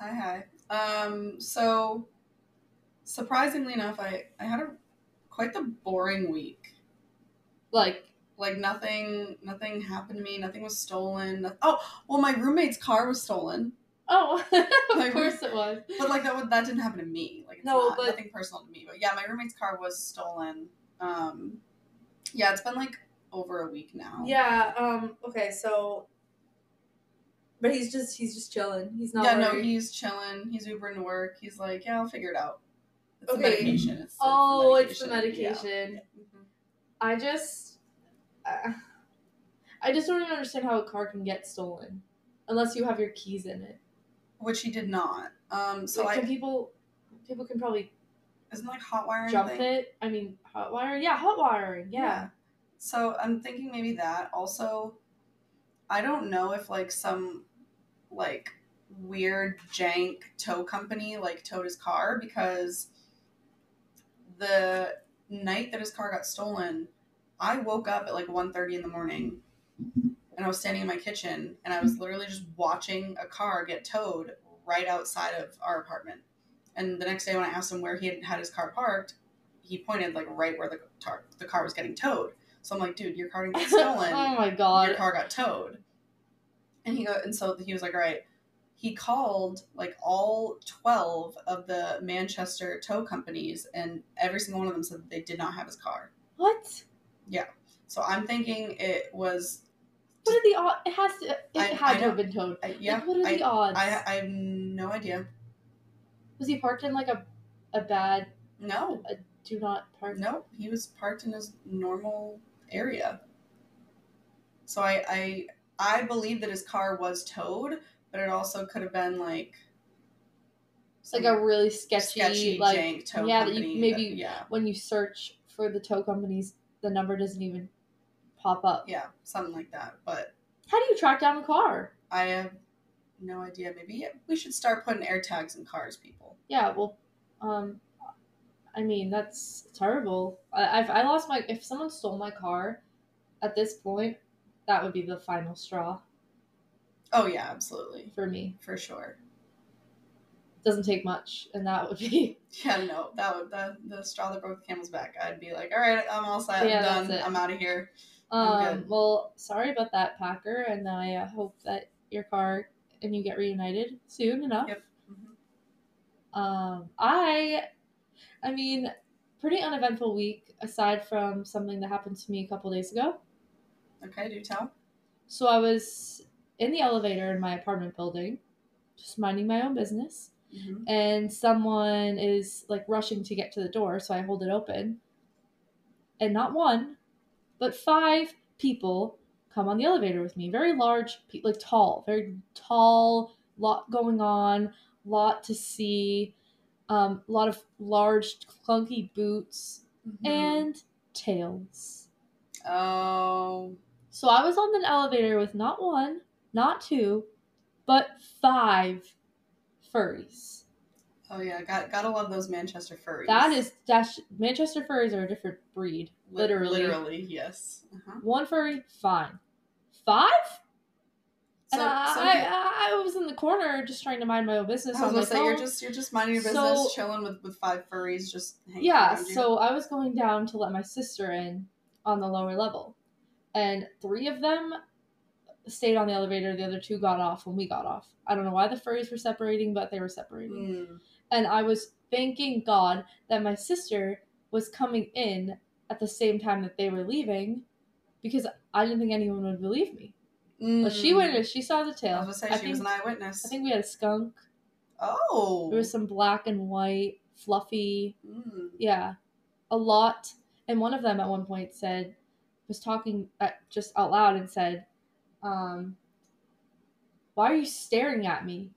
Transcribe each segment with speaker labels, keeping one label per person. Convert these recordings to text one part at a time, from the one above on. Speaker 1: Hi, hi. Um, so surprisingly enough, I, I had a quite the boring week.
Speaker 2: Like,
Speaker 1: Like nothing, nothing happened to me. Nothing was stolen. Oh, well, my roommate's car was stolen,
Speaker 2: oh,
Speaker 1: Like,
Speaker 2: of course it was.
Speaker 1: but like that would- that didn't happen to me. Like it's
Speaker 2: No,
Speaker 1: not,
Speaker 2: but-
Speaker 1: nothing personal to me. But yeah, my roommate's car was stolen. Um, yeah, it's been like over a week now.
Speaker 2: Yeah. Um. Okay. So, but he's just he's just chilling. He's not.
Speaker 1: yeah, no,
Speaker 2: worried.
Speaker 1: he's chilling. He's Ubering to work. He's like, yeah, I'll figure it out. It's the
Speaker 2: Okay.
Speaker 1: medication. It's- It's, the
Speaker 2: oh, it's the
Speaker 1: yeah.
Speaker 2: medication.
Speaker 1: Mhm.
Speaker 2: I just, uh, I just don't even understand how a car can get stolen, unless you have your keys in it.
Speaker 1: Which he did not. Um, so
Speaker 2: Like,
Speaker 1: I
Speaker 2: can people, people can probably
Speaker 1: isn't like hot wiring.
Speaker 2: jump
Speaker 1: thing?
Speaker 2: it. I mean, hot wiring. Yeah, hot wiring. Yeah.
Speaker 1: So I'm thinking maybe that. Also, I don't know if like some like weird jank tow company like towed his car because the night that his car got stolen, I woke up at like 1:30 in the morning and I was standing in my kitchen and I was literally just watching a car get towed right outside of our apartment. And the next day when I asked him where he had had his car parked, he pointed like right where the car, the car was getting towed. So I'm like, dude, your car didn't get stolen
Speaker 2: oh my
Speaker 1: your
Speaker 2: god.
Speaker 1: car got towed. And he go and so he was like, all right. He called like all twelve of the Manchester tow companies, and every single one of them said that they did not have his car.
Speaker 2: What?
Speaker 1: So I'm thinking it was,
Speaker 2: What are the odds? It has to. It
Speaker 1: I-
Speaker 2: had
Speaker 1: I
Speaker 2: to
Speaker 1: don't-
Speaker 2: have been towed.
Speaker 1: I, uh, yeah.
Speaker 2: Like, what are
Speaker 1: I,
Speaker 2: the odds?
Speaker 1: I I have no idea.
Speaker 2: Was he parked in like a, a bad
Speaker 1: No,
Speaker 2: do not park?
Speaker 1: no, he was parked in his normal area. So I I I believe that his car was towed, but it also could have been like
Speaker 2: It's like a really sketchy,
Speaker 1: sketchy
Speaker 2: like
Speaker 1: jank tow
Speaker 2: yeah, that you-
Speaker 1: company.
Speaker 2: maybe-
Speaker 1: yeah,
Speaker 2: when you search for the tow companies, the number doesn't even pop up.
Speaker 1: yeah, something like that. But
Speaker 2: How do you track down a car?
Speaker 1: I have no idea. Maybe we should start putting air tags in cars, people.
Speaker 2: Yeah, well, um, I mean that's terrible. I I've, I lost my if someone stole my car, at this point, that would be the final straw
Speaker 1: Oh yeah, absolutely,
Speaker 2: for me.
Speaker 1: for sure.
Speaker 2: Doesn't take much, and that would be
Speaker 1: Yeah, no, that would the the straw that broke the camel's back. I'd be like, all right, I'm all set.
Speaker 2: Yeah,
Speaker 1: I'm
Speaker 2: that's
Speaker 1: done.
Speaker 2: it.
Speaker 1: I'm out of here. I'm
Speaker 2: um. Well, sorry about that, Packer, and I uh, hope that your car and you get reunited soon enough.
Speaker 1: Yep. Mhm.
Speaker 2: Um, I, I mean, pretty uneventful week aside from something that happened to me a couple days ago.
Speaker 1: Okay, do tell.
Speaker 2: So I was in the elevator in my apartment building, just minding my own business,
Speaker 1: Mhm.
Speaker 2: and someone is like rushing to get to the door, so I hold it open, and not one, but five people come on the elevator with me. Very large, pe- like tall, very tall. Lot going on, lot to see, um, lot of large clunky boots
Speaker 1: Mhm.
Speaker 2: and tails.
Speaker 1: oh,
Speaker 2: So I was on an elevator with not one, not two, but five furries.
Speaker 1: oh yeah, got gotta love those Manchester furries.
Speaker 2: That is dash Manchester furries are a different breed.
Speaker 1: Li-
Speaker 2: Literally.
Speaker 1: literally yes. Uh-huh.
Speaker 2: One furry, fine. Five?
Speaker 1: So,
Speaker 2: and I,
Speaker 1: so he-
Speaker 2: I, I was in the corner just trying to mind my own business.
Speaker 1: I was
Speaker 2: on my
Speaker 1: gonna say you're
Speaker 2: phone.
Speaker 1: just you're just minding your
Speaker 2: So-
Speaker 1: business, chilling with with five furries, just hanging
Speaker 2: Yeah,
Speaker 1: around you.
Speaker 2: so I was going down to let my sister in on the lower level. And three of them stayed on the elevator. The other two got off when we got off. I don't know why the furries were separating, but they were separating.
Speaker 1: Mm.
Speaker 2: And I was thanking God that my sister was coming in at the same time that they were leaving because I didn't think anyone would believe me. But she
Speaker 1: Mm.
Speaker 2: went in, she saw the tail.
Speaker 1: I was gonna say
Speaker 2: I
Speaker 1: she
Speaker 2: think,
Speaker 1: was an eyewitness.
Speaker 2: I think we had a skunk.
Speaker 1: oh,
Speaker 2: There was some black and white, fluffy
Speaker 1: Mm.
Speaker 2: Yeah, a lot. And one of them at one point said, was talking at, just out loud and said, um, "Why are you staring at me?"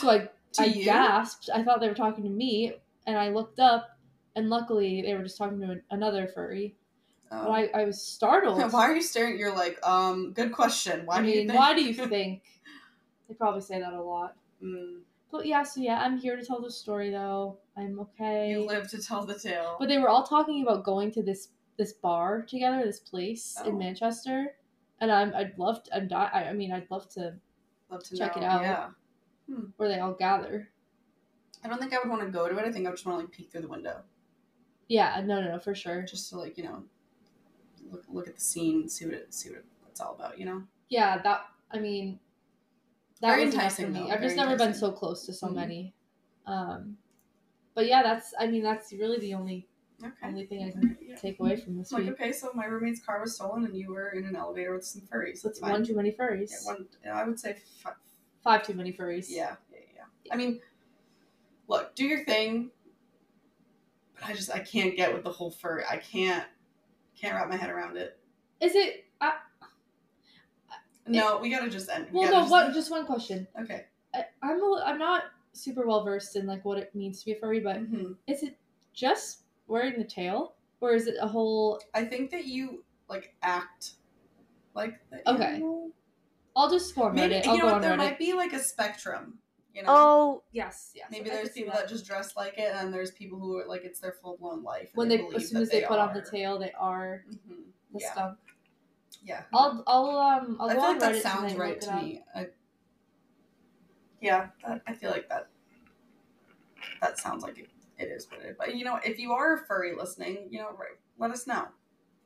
Speaker 2: So I,
Speaker 1: To
Speaker 2: I
Speaker 1: you?
Speaker 2: gasped. I thought they were talking to me, and I looked up, and luckily they were just talking to an, another furry. But
Speaker 1: Oh.
Speaker 2: I, I was startled.
Speaker 1: Why are you staring? You're like, um, good question. Why
Speaker 2: I
Speaker 1: do
Speaker 2: mean,
Speaker 1: you think?
Speaker 2: why do you think? They probably say that a lot.
Speaker 1: Mm.
Speaker 2: But yeah, so yeah, I'm here to tell the story though. I'm okay.
Speaker 1: You live to tell the tale.
Speaker 2: But they were all talking about going to this this bar together, this place
Speaker 1: Oh.
Speaker 2: in Manchester, and I'm I'd love to, I'm di- I I mean I'd love to
Speaker 1: Love to
Speaker 2: check
Speaker 1: know.
Speaker 2: it out.
Speaker 1: Yeah. Hmm.
Speaker 2: where they all gather.
Speaker 1: I don't think I would want to go to it. I think I would just want to like peek through the window
Speaker 2: Yeah, no, no, no, for sure.
Speaker 1: just to like you know look look at the scene, see what it, see what it's all about. You know.
Speaker 2: Yeah, that. I mean, that
Speaker 1: Very
Speaker 2: was enough for
Speaker 1: enticing,
Speaker 2: me.
Speaker 1: though.
Speaker 2: I've just
Speaker 1: Very
Speaker 2: never been
Speaker 1: enticing.
Speaker 2: so close to so
Speaker 1: Mhm.
Speaker 2: many. Um, but yeah, that's. I mean, that's really the only
Speaker 1: Okay.
Speaker 2: only thing I can
Speaker 1: Alright, yeah.
Speaker 2: take away from this
Speaker 1: I'm like,
Speaker 2: week.
Speaker 1: okay, so my roommate's car was stolen, and you were in an elevator with some furries. That's
Speaker 2: It's
Speaker 1: fine.
Speaker 2: one too many furries.
Speaker 1: Yeah, one, yeah, I would say, fi-
Speaker 2: Five too many furries.
Speaker 1: yeah, yeah, yeah, yeah. I mean, look, do your thing, but I just I can't get with the whole fur. I can't can't wrap my head around it.
Speaker 2: Is it? Uh,
Speaker 1: No, we gotta just end. we
Speaker 2: well,
Speaker 1: gotta
Speaker 2: no. What? Just one question.
Speaker 1: just- okay.
Speaker 2: I, I'm. A, I'm not super well versed in like what it means to be a furry, but
Speaker 1: hmm
Speaker 2: is it just wearing the tail, or is it a whole?
Speaker 1: I think that you like act like the
Speaker 2: Okay.
Speaker 1: animal.
Speaker 2: I'll just score
Speaker 1: Maybe
Speaker 2: Reddit. I'll
Speaker 1: you know
Speaker 2: go
Speaker 1: what?
Speaker 2: on
Speaker 1: There
Speaker 2: Reddit.
Speaker 1: might be like a spectrum. You know.
Speaker 2: Oh yes, yes.
Speaker 1: Maybe
Speaker 2: I
Speaker 1: there's
Speaker 2: could see
Speaker 1: people that. just dress like it, and there's people who are like it's their full blown life. and
Speaker 2: when they
Speaker 1: believe
Speaker 2: as soon
Speaker 1: that
Speaker 2: as they, put on the
Speaker 1: are-
Speaker 2: tail, they are
Speaker 1: Mhm.
Speaker 2: the
Speaker 1: Yeah,
Speaker 2: skunk.
Speaker 1: yeah.
Speaker 2: I'll I'll um I'll
Speaker 1: I
Speaker 2: go
Speaker 1: feel
Speaker 2: on
Speaker 1: like that
Speaker 2: Reddit
Speaker 1: sounds
Speaker 2: tonight,
Speaker 1: right
Speaker 2: look it
Speaker 1: to
Speaker 2: up.
Speaker 1: me. I, yeah, that, I feel like that. That sounds like it, it is what it. But you know, if you are a furry listening, you know, right, let us know.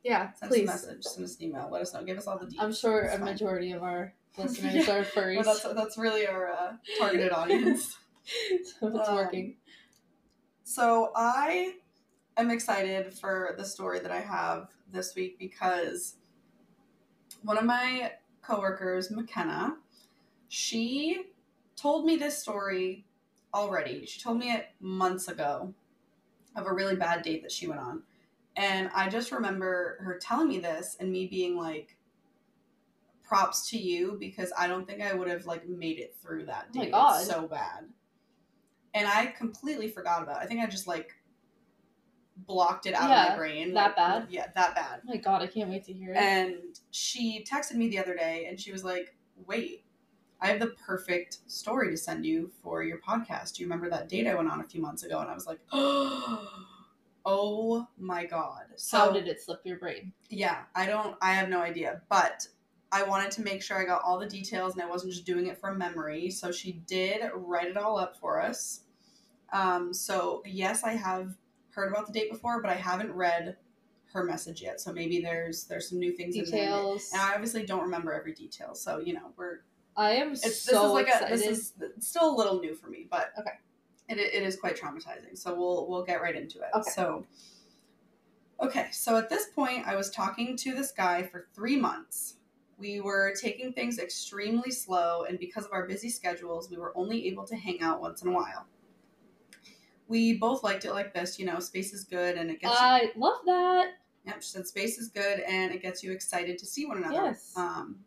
Speaker 2: Yeah,
Speaker 1: Send us
Speaker 2: please.
Speaker 1: a message, send us an email, let us know, give us all the details.
Speaker 2: I'm sure
Speaker 1: It's
Speaker 2: a
Speaker 1: fine.
Speaker 2: majority of our listeners
Speaker 1: Yeah.
Speaker 2: are furries,
Speaker 1: Well, that's that's really our uh, targeted audience.
Speaker 2: so it's
Speaker 1: um,
Speaker 2: working.
Speaker 1: So I am excited for the story that I have this week because one of my coworkers, McKenna, she told me this story already. She told me it months ago of a really bad date that she went on. And I just remember her telling me this and me being like props to you because I don't think I would have like made it through that
Speaker 2: Oh my
Speaker 1: date. It's
Speaker 2: God.
Speaker 1: so bad. And I completely forgot about it. I think I just like blocked it out of
Speaker 2: Yeah,
Speaker 1: my brain.
Speaker 2: that
Speaker 1: like,
Speaker 2: bad?
Speaker 1: Yeah, that bad.
Speaker 2: Oh my god, I can't wait to hear it.
Speaker 1: And she texted me the other day and she was like, Wait, I have the perfect story to send you for your podcast. Do you remember that date I went on a few months ago? And I was like, Oh my God. So,
Speaker 2: How did it slip your brain?
Speaker 1: yeah, I don't, I have no idea. But I wanted to make sure I got all the details and I wasn't just doing it from memory. So she did write it all up for us. Um, so, yes, I have heard about the date before, but I haven't read her message yet. So maybe there's there's some new things in there. that-
Speaker 2: Details.
Speaker 1: and I obviously don't remember every detail, so you know we're
Speaker 2: I am
Speaker 1: it's,
Speaker 2: so
Speaker 1: this is like
Speaker 2: excited.
Speaker 1: a this is it's still a little new for me, but
Speaker 2: Okay.
Speaker 1: it, it is quite traumatizing. So we'll we'll get right into it.
Speaker 2: Okay.
Speaker 1: So okay, so at this point, I was talking to this guy for three months. We were taking things extremely slow, and because of our busy schedules, we were only able to hang out once in a while. We both liked it like this, you know. Space is good, and it gets you
Speaker 2: I love that.
Speaker 1: Yep, she said space is good and it gets you excited to see one another.
Speaker 2: Yes.
Speaker 1: Um,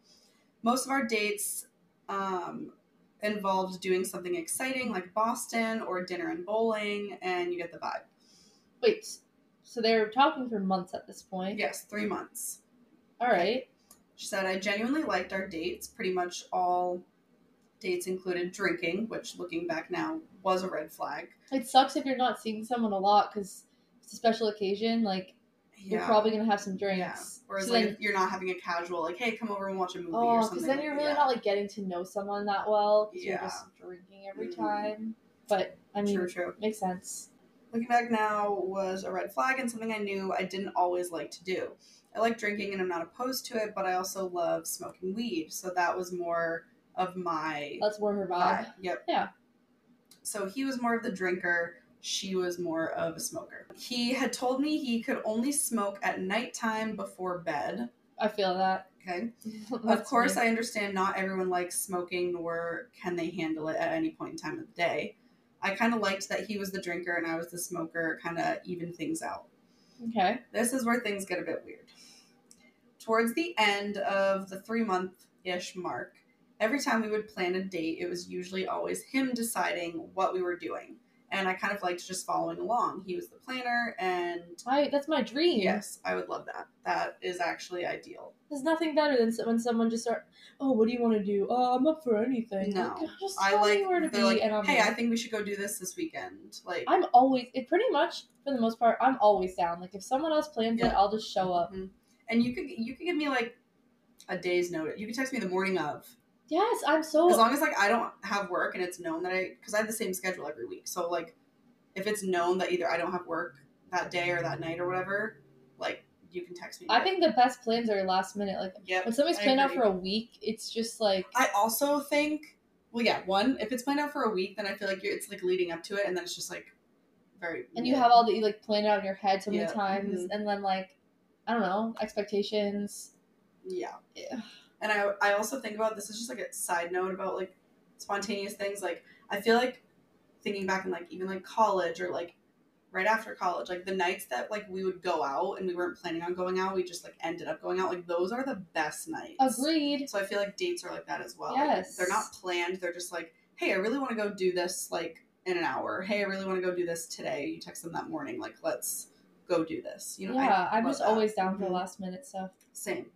Speaker 1: most of our dates um, involved doing something exciting like Boston or dinner and bowling, and you get the vibe.
Speaker 2: Wait, so they were talking for months at this point.
Speaker 1: Yes, three months.
Speaker 2: All right.
Speaker 1: She said, I genuinely liked our dates. Pretty much all dates included drinking, which looking back now was a red flag.
Speaker 2: It sucks if you're not seeing someone a lot because it's a special occasion. Like
Speaker 1: Yeah.
Speaker 2: you're probably gonna have some drinks.
Speaker 1: yeah. Whereas
Speaker 2: So
Speaker 1: like
Speaker 2: then-
Speaker 1: if you're not having a casual like, hey, come over and watch a movie or
Speaker 2: Oh,
Speaker 1: something.
Speaker 2: because then
Speaker 1: like
Speaker 2: you're
Speaker 1: that.
Speaker 2: really
Speaker 1: Yeah.
Speaker 2: not like getting to know someone that well. 'cause You're
Speaker 1: Yeah.
Speaker 2: just drinking every
Speaker 1: Mhm.
Speaker 2: time. But I mean,
Speaker 1: true, true.
Speaker 2: makes sense.
Speaker 1: Looking back now was a red flag and something I knew I didn't always like to do. I like drinking and I'm not opposed to it, but I also love smoking weed, so that was more of my
Speaker 2: That's more her vibe.
Speaker 1: vibe. Yep.
Speaker 2: Yeah.
Speaker 1: So he was more of the drinker, she was more of a smoker. He had told me he could only smoke at nighttime before bed.
Speaker 2: I feel that.
Speaker 1: Okay.
Speaker 2: That's
Speaker 1: of course,
Speaker 2: me.
Speaker 1: I understand not everyone likes smoking, nor can they handle it at any point in time of the day. I kind of liked that he was the drinker and I was the smoker, kind of even things out.
Speaker 2: Okay.
Speaker 1: This is where things get a bit weird. Towards the end of the three month ish mark, every time we would plan a date, it was usually always him deciding what we were doing. And I kind of liked just following along. He was the planner, and
Speaker 2: I, that's my dream.
Speaker 1: yes, I would love that. That is actually ideal.
Speaker 2: There's nothing better than so- when someone just start. Oh, what do you want to do? Oh, I'm up for anything.
Speaker 1: No.
Speaker 2: Like, just
Speaker 1: I
Speaker 2: tell
Speaker 1: like,
Speaker 2: me where to
Speaker 1: they're
Speaker 2: be,
Speaker 1: like,
Speaker 2: and I'm.
Speaker 1: hey, I
Speaker 2: there."
Speaker 1: think we should go do this this weekend. Like,
Speaker 2: I'm always it pretty much for the most part. I'm always down. Like if someone else plans it,
Speaker 1: Yeah.
Speaker 2: I'll
Speaker 1: Mm-hmm.
Speaker 2: just show up.
Speaker 1: Mhm. And you could you could give me like a day's notice. You could text me the morning of,
Speaker 2: Yes, I'm
Speaker 1: As
Speaker 2: so
Speaker 1: long as like I don't have work and it's known that I because I have the same schedule every week. So like if it's known that either I don't have work that day or that night or whatever, like you can text me.
Speaker 2: I think the best plans are last minute. Like
Speaker 1: Yep.
Speaker 2: when somebody's
Speaker 1: I
Speaker 2: planned out
Speaker 1: agree.
Speaker 2: for a week, it's just like
Speaker 1: I also think well yeah, one, if it's planned out for a week, then I feel like you're, it's like leading up to it and then it's just like very
Speaker 2: and you have all the you like planned out in your head so many
Speaker 1: Yeah, mm-hmm.
Speaker 2: times and then like I don't know, expectations.
Speaker 1: Yeah.
Speaker 2: Yeah.
Speaker 1: And I I also think about this is just like a side note about like spontaneous things. Like I feel like thinking back in like even like college or like right after college, like the nights that like we would go out and we weren't planning on going out, we just like ended up going out. Like those are the best nights.
Speaker 2: Agreed.
Speaker 1: So I feel like dates are like that as well. Like,
Speaker 2: Yes.
Speaker 1: they're not planned. They're just like, hey, I really want to go do this like in an hour. Hey, I really want to go do this today. You text them that morning, like let's go do this. You know, I
Speaker 2: yeah, I'm
Speaker 1: love
Speaker 2: just
Speaker 1: that.
Speaker 2: always down for
Speaker 1: Mhm.
Speaker 2: last minute stuff.
Speaker 1: Same.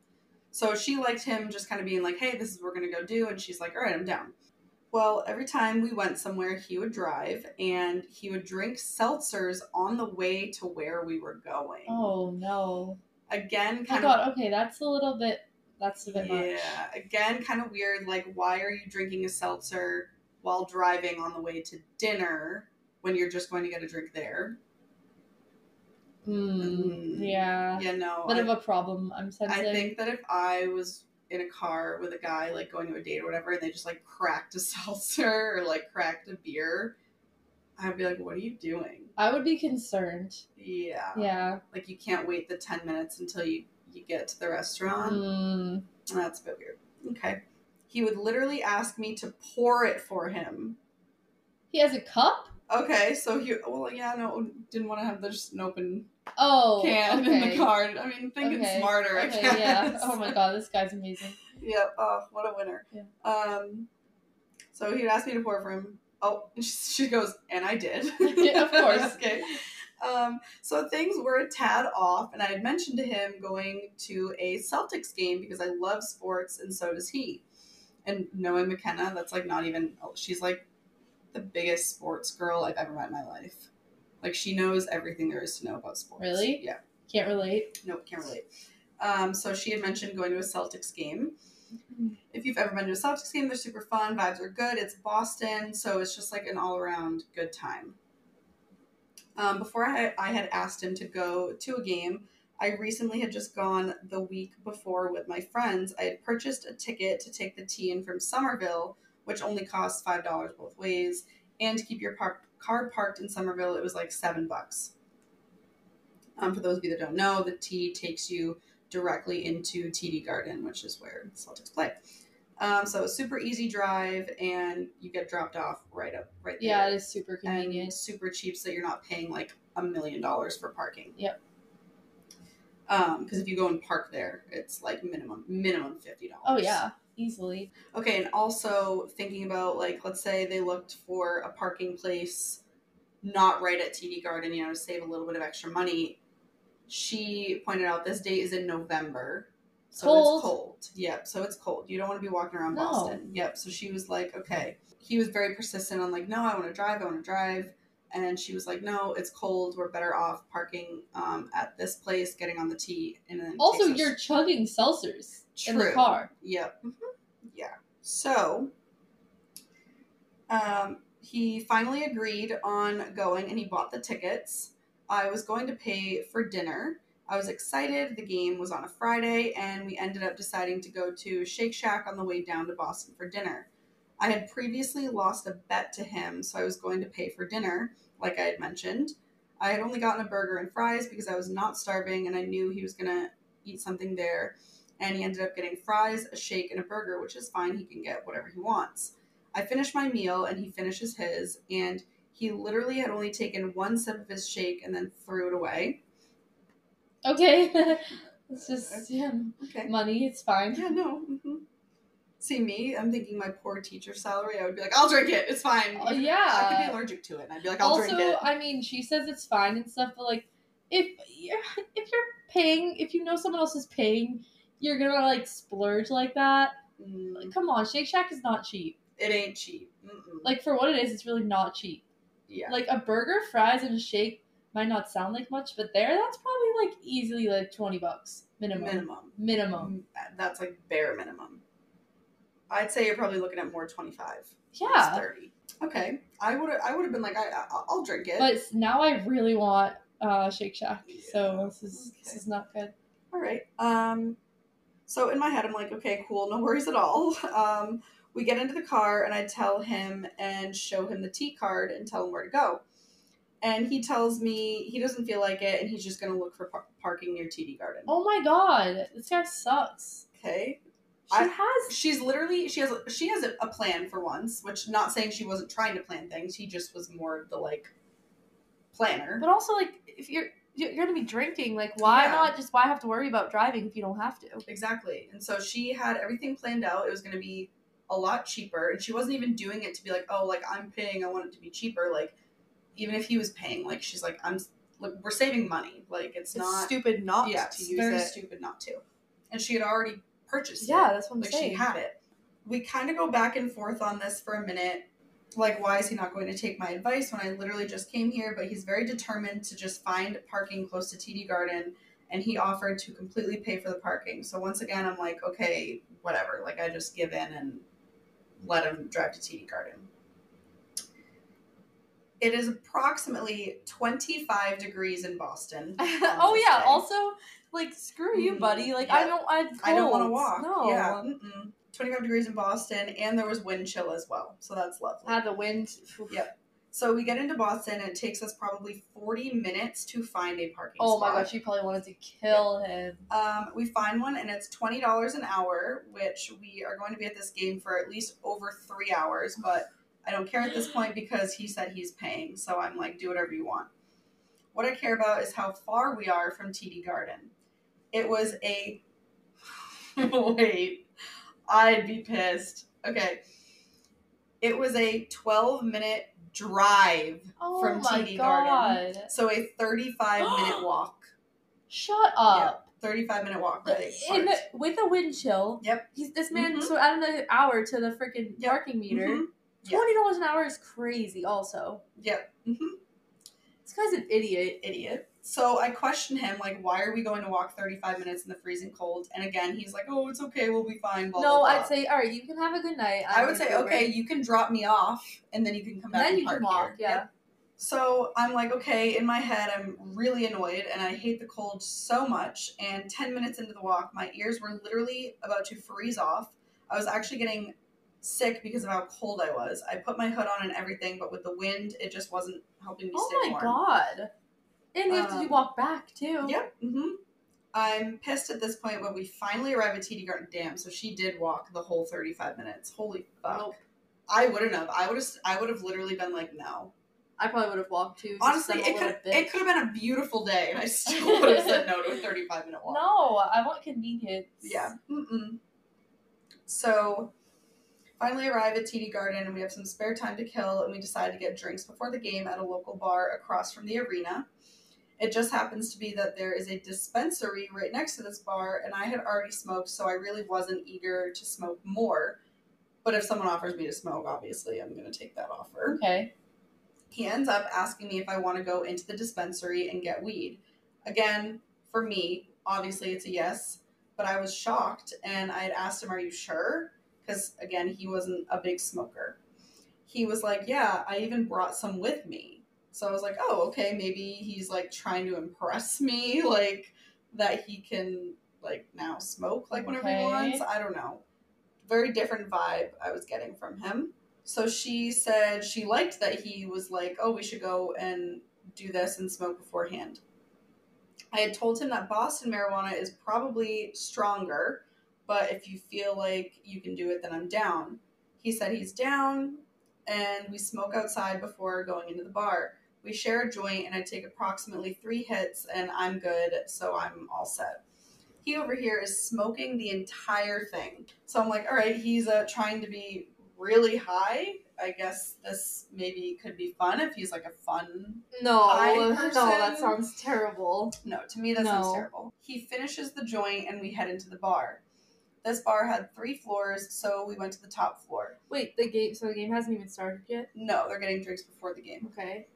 Speaker 1: So she liked him just kind of being like, hey, this is what we're going to go do. And she's like, all right, I'm down. Well, every time we went somewhere, he would drive and he would drink seltzers on the way to where we were going.
Speaker 2: Oh no.
Speaker 1: Again,
Speaker 2: Oh
Speaker 1: kind of.
Speaker 2: god, okay, that's a little bit that's a bit
Speaker 1: Yeah,
Speaker 2: much.
Speaker 1: again, kind of weird. Like, why are you drinking a seltzer while driving on the way to dinner when you're just going to get a drink there?
Speaker 2: Mm,
Speaker 1: Mm.
Speaker 2: yeah.
Speaker 1: Yeah, no.
Speaker 2: Bit
Speaker 1: I-
Speaker 2: of a problem. I'm
Speaker 1: I
Speaker 2: sensing.
Speaker 1: think that if I was in a car with a guy, like going to a date or whatever, and they just like cracked a seltzer or like cracked a beer, I'd be like, what are you doing?
Speaker 2: I would be concerned.
Speaker 1: Yeah.
Speaker 2: Yeah.
Speaker 1: Like you can't wait the 10 minutes until you, you get to the restaurant. Oh,
Speaker 2: Mm.
Speaker 1: That's a bit weird. Okay. He would literally ask me to pour it for him.
Speaker 2: He has a cup?
Speaker 1: Okay, so he, well, yeah, no, didn't want to have just an open
Speaker 2: Oh.
Speaker 1: can
Speaker 2: okay.
Speaker 1: in the car. I mean, thinking
Speaker 2: Okay.
Speaker 1: smarter, I
Speaker 2: Okay,
Speaker 1: guess.
Speaker 2: yeah. Oh my god, this guy's amazing.
Speaker 1: Yeah, oh, what a winner.
Speaker 2: Yeah.
Speaker 1: Um, so he would ask me to pour for him. Oh, and she, she goes, and I did.
Speaker 2: Yeah, of course.
Speaker 1: okay. Um, so things were a tad off, and I had mentioned to him going to a Celtics game because I love sports, and so does he. And knowing McKenna, that's like not even, oh, she's like the biggest sports girl I've ever met in my life. Like, she knows everything there is to know about sports.
Speaker 2: Really?
Speaker 1: Yeah.
Speaker 2: Can't relate.
Speaker 1: Nope, can't relate. Um, so she had mentioned going to a Celtics game. If you've ever been to a Celtics game, they're super fun. Vibes are good. It's Boston, so it's just like an all around good time. Um, before I, I had asked him to go to a game, I recently had just gone the week before with my friends. I had purchased a ticket to take the T in from Somerville, which only costs five dollars both ways, and to keep your par- car parked in Somerville, it was like seven bucks. Um, for those of you that don't know, the T takes you directly into TD Garden, which is where Celtics play. Um, so super easy drive, and you get dropped off right up right there
Speaker 2: Yeah, it is super
Speaker 1: and
Speaker 2: convenient.
Speaker 1: super cheap so you're not paying like a million dollars for parking.
Speaker 2: Yep.
Speaker 1: Um, because if you go and park there, it's like minimum minimum fifty dollars.
Speaker 2: Oh yeah, easily.
Speaker 1: Okay, and also thinking about like let's say they looked for a parking place not right at TD Garden, you know, to save a little bit of extra money. She pointed out this date is in November. So
Speaker 2: Cold.
Speaker 1: it's cold. Yep, so it's cold. You don't want to be walking around
Speaker 2: No.
Speaker 1: Boston. Yep. So she was like, okay. He was very persistent on like, no, I want to drive, I want to drive. And she was like, no, it's cold. We're better off parking um, at this place, getting on the T, and then it
Speaker 2: Also,
Speaker 1: takes us-
Speaker 2: you're chugging seltzers in the
Speaker 1: True.
Speaker 2: car.
Speaker 1: Yep. Mhm. Yeah. So, um, he finally agreed on going and he bought the tickets. I was going to pay for dinner. I was excited. The game was on a Friday, and we ended up deciding to go to Shake Shack on the way down to Boston for dinner. I had previously lost a bet to him, so I was going to pay for dinner, like I had mentioned. I had only gotten a burger and fries because I was not starving and I knew he was going to eat something there and he ended up getting fries, a shake, and a burger, which is fine. He can get whatever he wants. I finish my meal and he finishes his, and he literally had only taken one sip of his shake and then threw it away.
Speaker 2: Okay. it's just him.
Speaker 1: Okay.
Speaker 2: Money, it's fine.
Speaker 1: Yeah, no. hmm See me, I'm thinking my poor teacher salary. I would be like, I'll drink it. It's fine.
Speaker 2: Uh,
Speaker 1: I could
Speaker 2: yeah.
Speaker 1: be allergic to it, and I'd be like, I'll drink
Speaker 2: also, uh,
Speaker 1: it.
Speaker 2: I mean, she says it's fine and stuff, but like, if you're if you're paying, if you know someone else is paying, you're gonna like splurge like that.
Speaker 1: Mm,
Speaker 2: Like, come on, Shake Shack is not cheap.
Speaker 1: it ain't cheap. Mm-mm.
Speaker 2: Like for what it is, it's really not cheap.
Speaker 1: yeah.
Speaker 2: Like a burger, fries, and a shake might not sound like much, but there, that's probably like easily like twenty bucks minimum.
Speaker 1: minimum.
Speaker 2: Minimum.
Speaker 1: Mm, That's like bare minimum. I'd say you're probably looking at more 25. versus
Speaker 2: Yeah.
Speaker 1: 30. Okay. I would I would have been like I I- I'll drink it.
Speaker 2: But now I really want uh, Shake Shack, so this is this
Speaker 1: Okay.
Speaker 2: is not good.
Speaker 1: All right. Um, so in my head, I'm like, okay, cool, no worries at all. Um, we get into the car, and I tell him and show him the T card and tell him where to go. And he tells me he doesn't feel like it, and he's just going to look for par- parking near TD Garden.
Speaker 2: Oh my god, this guy sucks.
Speaker 1: Okay.
Speaker 2: She
Speaker 1: I-
Speaker 2: has
Speaker 1: She's literally she has she has a, a plan for once, which not saying she wasn't trying to plan things. He just was more of the like planner.
Speaker 2: But also, like, if you're you're you're gonna be drinking, like, why
Speaker 1: Yeah.
Speaker 2: not? Just why have to worry about driving if you don't have to?
Speaker 1: Exactly. And so she had everything planned out. It was going to be a lot cheaper. And she wasn't even doing it to be like, oh, like I'm paying. I want it to be cheaper. Like, even if he was paying, like, she's like, I'm, like, we're saving money. Like, it's,
Speaker 2: It's
Speaker 1: not,
Speaker 2: stupid not
Speaker 1: yeah,
Speaker 2: to
Speaker 1: it's
Speaker 2: use
Speaker 1: very
Speaker 2: it.
Speaker 1: stupid not to. And she had already purchased it.
Speaker 2: Yeah, that's what I'm
Speaker 1: Like,
Speaker 2: saying.
Speaker 1: she had it. We kind of go back and forth on this for a minute. Like, why is he not going to take my advice when I literally just came here? But he's very determined to just find parking close to TD Garden, and he offered to completely pay for the parking. So, once again, I'm like, okay, whatever. Like, I just give in and let him drive to TD Garden. It is approximately 25 degrees in Boston. on
Speaker 2: oh
Speaker 1: this
Speaker 2: yeah.
Speaker 1: day.
Speaker 2: Also, like, screw you,
Speaker 1: Mhm.
Speaker 2: buddy. Like, I
Speaker 1: Yeah.
Speaker 2: don't. I,
Speaker 1: I don't want to
Speaker 2: cold.
Speaker 1: walk.
Speaker 2: No.
Speaker 1: Yeah. Mm-mm. 25 degrees in Boston, and there was wind chill as well. So that's lovely.
Speaker 2: Had the wind.
Speaker 1: Yep. so we get into Boston, and it takes us probably 40 minutes to find a parking
Speaker 2: Oh my
Speaker 1: spot.
Speaker 2: gosh, she probably wanted to kill him.
Speaker 1: Um, we find one, and it's $20 an hour, which we are going to be at this game for at least over three hours. But I don't care at this point because he said he's paying. So I'm like, do whatever you want. What I care about is how far we are from TD Garden. It was a. Wait. I'd be pissed. Okay. It was a 12 minute drive.
Speaker 2: Oh
Speaker 1: From
Speaker 2: my
Speaker 1: TD
Speaker 2: god.
Speaker 1: Garden. So a 35 minute walk.
Speaker 2: Shut up.
Speaker 1: 35 minute walk. Right?
Speaker 2: In the, with a wind chill.
Speaker 1: Yep.
Speaker 2: He's this man.
Speaker 1: Mhm.
Speaker 2: So add another hour to the freaking
Speaker 1: Yep.
Speaker 2: parking meter.
Speaker 1: Mhm. Yeah.
Speaker 2: Twenty dollars an hour is crazy. Also,
Speaker 1: Yep. hmm
Speaker 2: this guy's an idiot.
Speaker 1: Idiot. So I question him, like, why are we going to walk 35 minutes in the freezing cold? And again, he's like, oh, it's okay. We'll be fine. Blah,
Speaker 2: No,
Speaker 1: blah,
Speaker 2: I'd
Speaker 1: blah.
Speaker 2: say, all right, you can have a good night.
Speaker 1: I
Speaker 2: I'm
Speaker 1: would say,
Speaker 2: gonna go
Speaker 1: okay,
Speaker 2: right-
Speaker 1: you can drop me off and then you can come back
Speaker 2: Then
Speaker 1: and
Speaker 2: you
Speaker 1: park
Speaker 2: can walk.
Speaker 1: here.
Speaker 2: Yeah.
Speaker 1: Yep. So I'm like, okay, in my head, I'm really annoyed and I hate the cold so much. And 10 minutes into the walk, my ears were literally about to freeze off. I was actually getting sick because of how cold I was. I put my hood on and everything, but with the wind, it just wasn't helping me stay
Speaker 2: Oh my
Speaker 1: warm.
Speaker 2: god. And you have to do
Speaker 1: Um,
Speaker 2: walk back too.
Speaker 1: Yep. hmm I'm pissed at this point when we finally arrive at TD Garden Dam. So she did walk the whole 35 minutes. Holy fuck!
Speaker 2: Nope.
Speaker 1: I wouldn't have. I would have. I would have literally been like, no.
Speaker 2: I probably would have walked too.
Speaker 1: Honestly, it could. It could have been a beautiful day, and I still would have said no to a 35 minute walk.
Speaker 2: No, I want convenience.
Speaker 1: Yeah. Mm-mm. So finally arrive at TD Garden and we have some spare time to kill and we decide to get drinks before the game at a local bar across from the arena. It just happens to be that there is a dispensary right next to this bar and I had already smoked so I really wasn't eager to smoke more. But if someone offers me to smoke, obviously I'm going to take that offer
Speaker 2: Okay.
Speaker 1: he ends up asking me if I want to go into the dispensary and get weed. Again, for me, obviously it's a yes, but I was shocked and I had asked him, Are you sure? Because again, he wasn't a big smoker. He was like, Yeah, I even brought some with me. So I was like, Oh, okay, maybe he's like trying to impress me, like that he can like now smoke like whenever
Speaker 2: Okay.
Speaker 1: he wants. I don't know. Very different vibe I was getting from him. So she said she liked that he was like, oh, we should go and do this and smoke beforehand. I had told him that Boston marijuana is probably stronger, but if you feel like you can do it, then I'm down. He said he's down, and we smoke outside before going into the bar. We share a joint, and I take approximately three hits, and I'm good, so I'm all set. He over here is smoking the entire thing. So I'm like, all right, he's uh, trying to be really high. I guess this maybe could be fun if he's like a fun
Speaker 2: No,
Speaker 1: Hi,
Speaker 2: no, that
Speaker 1: person.
Speaker 2: sounds terrible.
Speaker 1: no, to me that sounds
Speaker 2: No.
Speaker 1: terrible. He finishes the joint and we head into the bar. This bar had three floors, so we went to the top floor.
Speaker 2: Wait, the game. So the game hasn't even started yet.
Speaker 1: No, they're getting drinks before the game.
Speaker 2: Okay.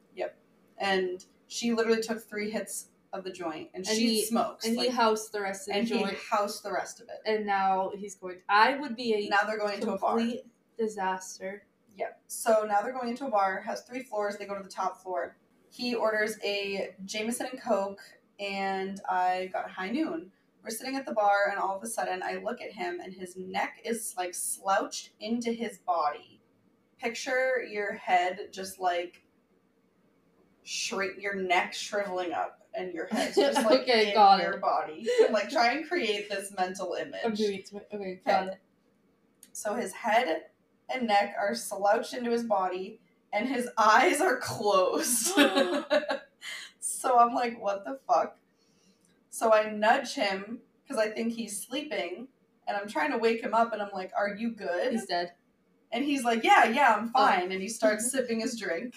Speaker 1: And she literally took three hits of the joint, and,
Speaker 2: And
Speaker 1: she
Speaker 2: he-
Speaker 1: smokes.
Speaker 2: and
Speaker 1: like,
Speaker 2: he housed the rest of the
Speaker 1: and he
Speaker 2: joint,
Speaker 1: housed the rest of it.
Speaker 2: and now he's going. I would be a
Speaker 1: Now they're going into a bar.
Speaker 2: complete disaster.
Speaker 1: Yep. So now they're going into a bar. Has three floors. They go to the top floor. He orders a Jameson and Coke, and I got a high noon. We're sitting at the bar, and all of a sudden, I look at him, and his neck is like slouched into his body. Picture your head just like shrink, your neck shriveling up, and your head just like
Speaker 2: Okay,
Speaker 1: in
Speaker 2: got
Speaker 1: your
Speaker 2: it.
Speaker 1: body. Like try and create this mental image.
Speaker 2: I'm doing it. to- Okay, got it.
Speaker 1: So his head and neck are slouched into his body, and his eyes are closed. so I'm like, what the fuck? So I nudge him because I think he's sleeping, and I'm trying to wake him up, and I'm like, are you good?
Speaker 2: He's dead.
Speaker 1: and he's like, yeah, yeah, I'm fine. And he starts sipping his drink.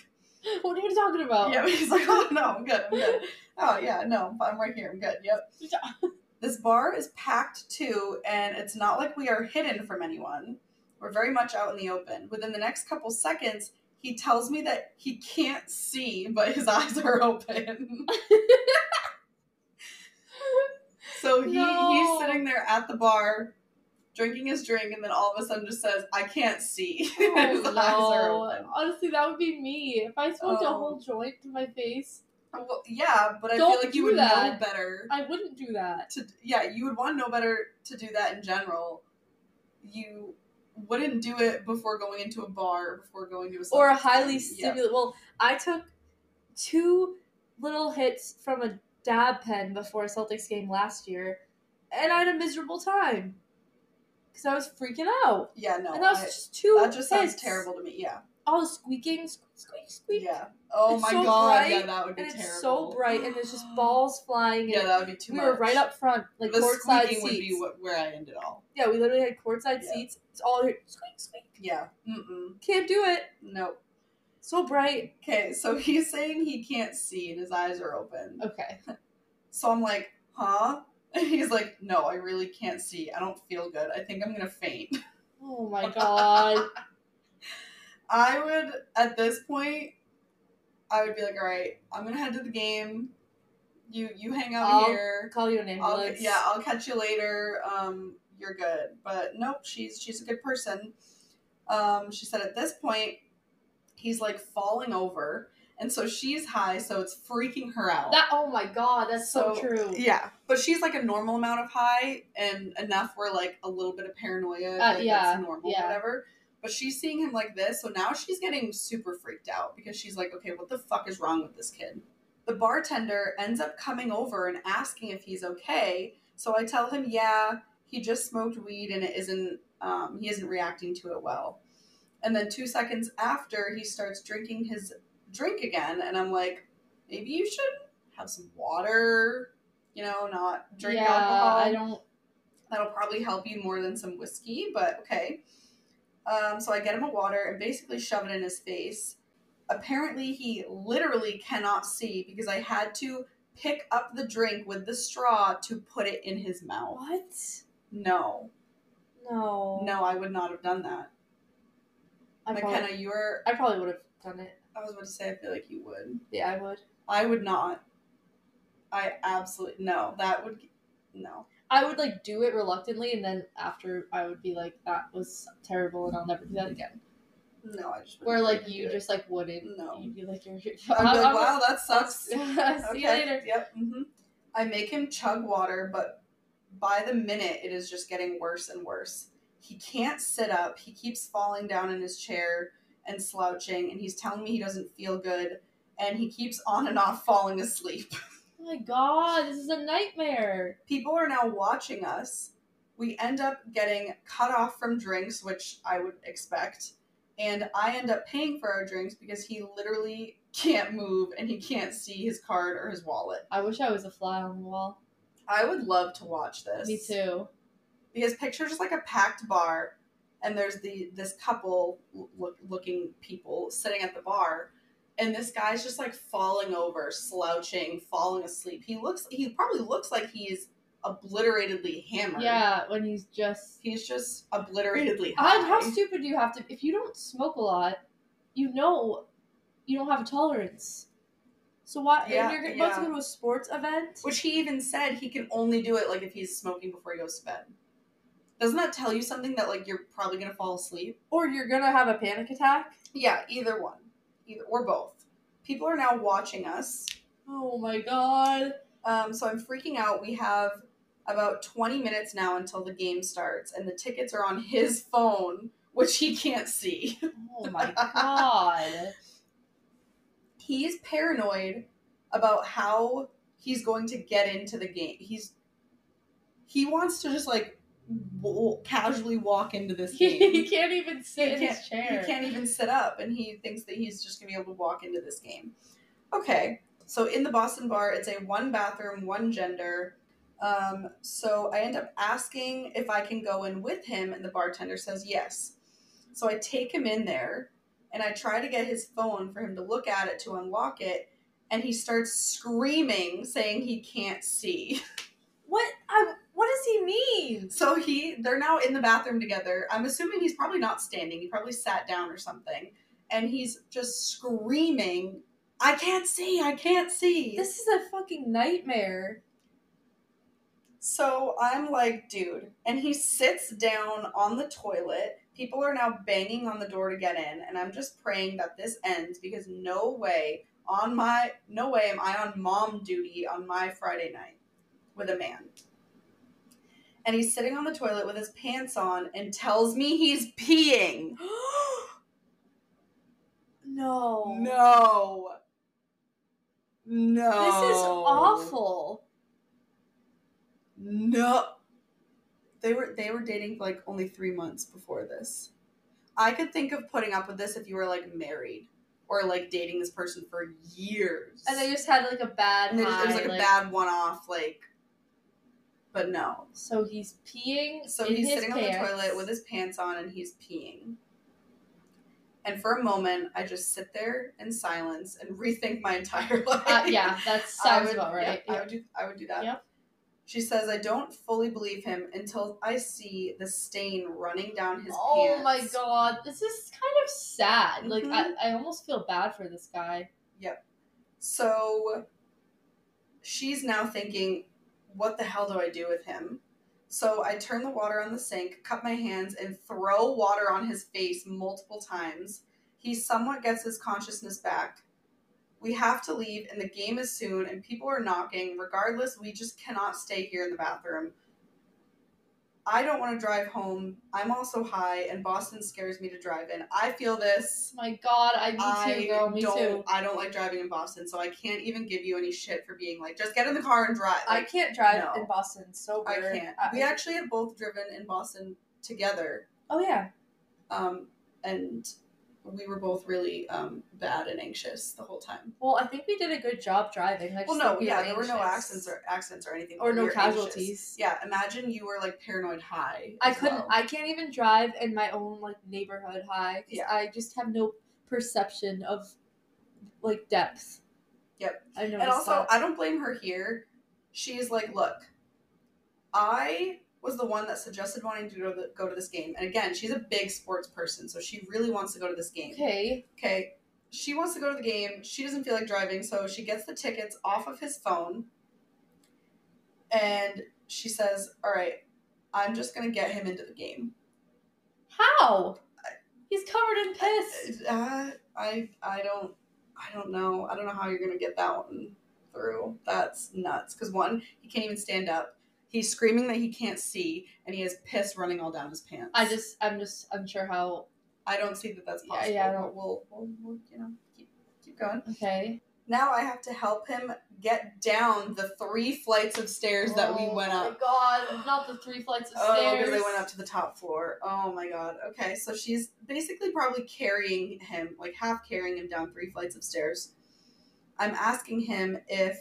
Speaker 2: What are you talking about?
Speaker 1: Yeah, he's like, oh no, I'm good, I'm good. Oh yeah, no, I'm fine right here, I'm good. Yep. This bar is packed too, and it's not like we are hidden from anyone. We're very much out in the open. Within the next couple seconds, he tells me that he can't see, but his eyes are open. so he,
Speaker 2: No.
Speaker 1: he's sitting there at the bar, drinking his drink, and then all of a sudden just says, I can't see. And
Speaker 2: Oh,
Speaker 1: his eyes are
Speaker 2: no.
Speaker 1: open.
Speaker 2: Honestly, that would be me. If I smoked a
Speaker 1: Oh.
Speaker 2: whole joint to my face,
Speaker 1: Well, yeah, but I
Speaker 2: Don't
Speaker 1: feel like
Speaker 2: do
Speaker 1: you would
Speaker 2: that.
Speaker 1: know better.
Speaker 2: I wouldn't do that.
Speaker 1: to yeah, you would want to know better to do that in general. You wouldn't do it before going into a bar, before going to a
Speaker 2: Or a
Speaker 1: social
Speaker 2: highly
Speaker 1: thing. Yeah.
Speaker 2: stimulated. Well, I took two little hits from a dab pen before a Celtics game last year, and I had a miserable time because I was freaking out.
Speaker 1: Yeah, no,
Speaker 2: and that was
Speaker 1: I-
Speaker 2: just two.
Speaker 1: that just sounds
Speaker 2: hits.
Speaker 1: terrible to me. Yeah,
Speaker 2: I was Oh, squeaking, squeak, squeak, squeak.
Speaker 1: yeah. Oh
Speaker 2: It's
Speaker 1: my
Speaker 2: so
Speaker 1: god, yeah,
Speaker 2: bright,
Speaker 1: that would be
Speaker 2: And it's
Speaker 1: terrible.
Speaker 2: so bright, and there's just balls flying.
Speaker 1: Yeah,
Speaker 2: and
Speaker 1: that would be too
Speaker 2: we
Speaker 1: much.
Speaker 2: were right up front, like
Speaker 1: the
Speaker 2: courtside
Speaker 1: squeaking
Speaker 2: seats.
Speaker 1: would be what, where I ended all.
Speaker 2: Yeah, we literally had courtside
Speaker 1: Yeah.
Speaker 2: seats. It's all here. Squeak, squeak.
Speaker 1: Yeah. Mm-mm.
Speaker 2: Can't do it.
Speaker 1: Nope.
Speaker 2: So bright.
Speaker 1: Okay, so he's saying he can't see and his eyes are open.
Speaker 2: Okay.
Speaker 1: So I'm like, huh? And he's like, no, I really can't see. I don't feel good. I think I'm gonna faint.
Speaker 2: Oh my god.
Speaker 1: I would at this point, I would be like, all right, I'm gonna head to the game. You you hang out
Speaker 2: I'll-
Speaker 1: here.
Speaker 2: Call you an
Speaker 1: I'll,
Speaker 2: ambulance.
Speaker 1: yeah, I'll catch you later. Um, you're good. But nope, she's she's a good person. Um, she said at this point, he's like falling over, and so she's high, so it's freaking her out.
Speaker 2: That. Oh my god. That's so,
Speaker 1: So-
Speaker 2: true.
Speaker 1: yeah, but she's like a normal amount of high and enough where like a little bit of paranoia,
Speaker 2: Uh,
Speaker 1: like
Speaker 2: yeah,
Speaker 1: that's normal,
Speaker 2: yeah.
Speaker 1: whatever. But she's seeing him like this, so now she's getting super freaked out because she's like, okay, what the fuck is wrong with this kid? The bartender ends up coming over and asking if he's okay. So I tell him, yeah, he just smoked weed and it isn't, um, he isn't reacting to it well. And then two seconds after, he starts drinking his drink again, and I'm like, maybe you should have some water, you know, not drink
Speaker 2: yeah,
Speaker 1: alcohol.
Speaker 2: I don't.
Speaker 1: That'll probably help you more than some whiskey, but okay. Um, so I get him a water and basically shove it in his face. Apparently, he literally cannot see because I had to pick up the drink with the straw to put it in his mouth.
Speaker 2: What?
Speaker 1: No,
Speaker 2: No.
Speaker 1: no, I would not have done that.
Speaker 2: I probably,
Speaker 1: McKenna, you were.
Speaker 2: I probably would have done it.
Speaker 1: I was about to say, I feel like you would.
Speaker 2: Yeah, I would.
Speaker 1: I would not. I absolutely no. That would no.
Speaker 2: I would like do it reluctantly, and then after I would be like, "That was terrible, and I'll never do that again."
Speaker 1: No, I just.
Speaker 2: Where
Speaker 1: wouldn't
Speaker 2: like
Speaker 1: do
Speaker 2: you
Speaker 1: it.
Speaker 2: just like wouldn't.
Speaker 1: No.
Speaker 2: You'd be like, "You're." you're
Speaker 1: I'd be
Speaker 2: I'm-
Speaker 1: like, wow, that sucks.
Speaker 2: See you later.
Speaker 1: Yep. hmm I make him chug water, but by the minute, it is just getting worse and worse. He can't sit up. He keeps falling down in his chair and slouching, and he's telling me he doesn't feel good, and he keeps on and off falling asleep.
Speaker 2: Oh my god, this is a nightmare.
Speaker 1: People are now watching us. We end up getting cut off from drinks, which I would expect. And I end up paying for our drinks because he literally can't move and he can't see his card or his wallet.
Speaker 2: I wish I was a fly on the wall.
Speaker 1: I would love to watch this.
Speaker 2: Me too.
Speaker 1: Because picture just like a packed bar, and there's the this couple look, looking people sitting at the bar, and this guy's just like falling over, slouching, falling asleep. He looks. He probably looks like he's obliteratedly hammered.
Speaker 2: Yeah, when he's just.
Speaker 1: He's just obliterately.
Speaker 2: How, how
Speaker 1: high.
Speaker 2: stupid do you have to? If you don't smoke a lot, you know, you don't have a tolerance. So why and
Speaker 1: Yeah,
Speaker 2: you're g- about to
Speaker 1: yeah.
Speaker 2: go to a sports event?
Speaker 1: Which he even said he can only do it like if he's smoking before he goes to bed. Doesn't that tell you something that like you're probably gonna fall asleep?
Speaker 2: Or you're gonna have a panic attack?
Speaker 1: Yeah, either one, either or both. People are now watching us.
Speaker 2: Oh my god.
Speaker 1: Um, so I'm freaking out. We have about 20 minutes now until the game starts, and the tickets are on his phone, which he can't see.
Speaker 2: Oh my god.
Speaker 1: He's paranoid about how he's going to get into the game. He's he wants to just like w- casually walk into this game.
Speaker 2: he can't even sit
Speaker 1: He
Speaker 2: in his chair.
Speaker 1: He can't even sit up, and he thinks that he's just gonna be able to walk into this game. Okay, so in the Boston bar, it's a one bathroom, one gender. Um, so I end up asking if I can go in with him, and the bartender says yes. So I take him in there, and I try to get his phone for him to look at it to unlock it, and he starts screaming, saying he can't see.
Speaker 2: What I what does he mean?
Speaker 1: So he, they're now in the bathroom together. I'm assuming he's probably not standing. He probably sat down or something, and he's just screaming, "I can't see! I can't see!"
Speaker 2: This is a fucking nightmare.
Speaker 1: so I'm like, "Dude!" And he sits down on the toilet. People are now banging on the door to get in, and I'm just praying that this ends because no way on my no way am I on mom duty on my Friday night with a man. And he's sitting on the toilet with his pants on and tells me he's peeing.
Speaker 2: no.
Speaker 1: No. No.
Speaker 2: This is awful.
Speaker 1: No. They were they were dating for like only 3 months before this. I could think of putting up with this if you were like married or like dating this person for years.
Speaker 2: And they just had like a bad
Speaker 1: And they just- it was
Speaker 2: high,
Speaker 1: like a bad one off like but no.
Speaker 2: So he's peeing.
Speaker 1: So
Speaker 2: in
Speaker 1: he's
Speaker 2: his
Speaker 1: sitting on
Speaker 2: pants.
Speaker 1: the toilet with his pants on and he's peeing. And for a moment, I just sit there in silence and rethink my entire life.
Speaker 2: Uh, yeah, that
Speaker 1: I
Speaker 2: sounds
Speaker 1: would,
Speaker 2: about right.
Speaker 1: yeah, I
Speaker 2: Yeah.
Speaker 1: would do. I would do that.
Speaker 2: Yep.
Speaker 1: She says, "I don't fully believe him until I see the stain running down his
Speaker 2: Oh
Speaker 1: pants."
Speaker 2: my god, this is kind of sad. Like
Speaker 1: Mhm.
Speaker 2: I, I almost feel bad for this guy.
Speaker 1: So she's now thinking, "What the hell do I do with him?" So I turn the water on the sink, cup my hands, and throw water on his face multiple times. He somewhat gets his consciousness back. We have to leave, and the game is soon, and people are knocking. Regardless, we just cannot stay here in the bathroom. I don't want to drive home. I'm also high, and Boston scares me to drive in. I feel this.
Speaker 2: Oh my god, I
Speaker 1: I
Speaker 2: me too, girl. Me
Speaker 1: don't,
Speaker 2: too.
Speaker 1: I don't like driving in Boston, so I can't even give you any shit for being like, just get in the car and drive.
Speaker 2: I
Speaker 1: Like,
Speaker 2: can't drive
Speaker 1: no.
Speaker 2: in Boston sober.
Speaker 1: I can't.
Speaker 2: I-
Speaker 1: we actually have both driven in Boston together,
Speaker 2: oh yeah.
Speaker 1: um, and we were both really um, bad and anxious the whole time.
Speaker 2: Well, I think we did a good job driving. I just
Speaker 1: Well, no,
Speaker 2: think we
Speaker 1: yeah,
Speaker 2: were
Speaker 1: there were no
Speaker 2: anxious.
Speaker 1: accidents or accidents or anything,
Speaker 2: or
Speaker 1: but we
Speaker 2: no
Speaker 1: were anxious.
Speaker 2: casualties.
Speaker 1: Yeah, imagine you were like paranoid high.
Speaker 2: I
Speaker 1: as
Speaker 2: couldn't.
Speaker 1: well.
Speaker 2: I can't even drive in my own like neighborhood high. 'cause
Speaker 1: Yeah.
Speaker 2: I just have no perception of like depth.
Speaker 1: Yep.
Speaker 2: I know.
Speaker 1: And also, I don't blame her here. She's like, look, I was the one that suggested wanting to go to, go to this game. And again, she's a big sports person, so she really wants to go to this game.
Speaker 2: okay.
Speaker 1: Okay. She wants to go to the game. She doesn't feel like driving, so she gets the tickets off of his phone. And she says, all right, I'm just going to get him into the game.
Speaker 2: How? He's covered in piss.
Speaker 1: Uh, I, I don't. I don't know. I don't know how you're gonna get that one through. That's nuts. Because one, he can't even stand up. He's screaming that he can't see, and he has piss running all down his pants.
Speaker 2: I just. I'm just unsure how.
Speaker 1: I don't see that that's
Speaker 2: Yeah,
Speaker 1: possible.
Speaker 2: yeah, I
Speaker 1: but
Speaker 2: don't-
Speaker 1: We'll, we'll, we'll, you know, keep, keep going.
Speaker 2: Okay.
Speaker 1: Now I have to help him get down the three flights of stairs that we
Speaker 2: Oh
Speaker 1: went
Speaker 2: my
Speaker 1: up.
Speaker 2: God! Not the three flights of
Speaker 1: Oh,
Speaker 2: stairs.
Speaker 1: because they went up to the top floor. Oh my god. Okay, so she's basically probably carrying him, like half carrying him down three flights of stairs. I'm asking him if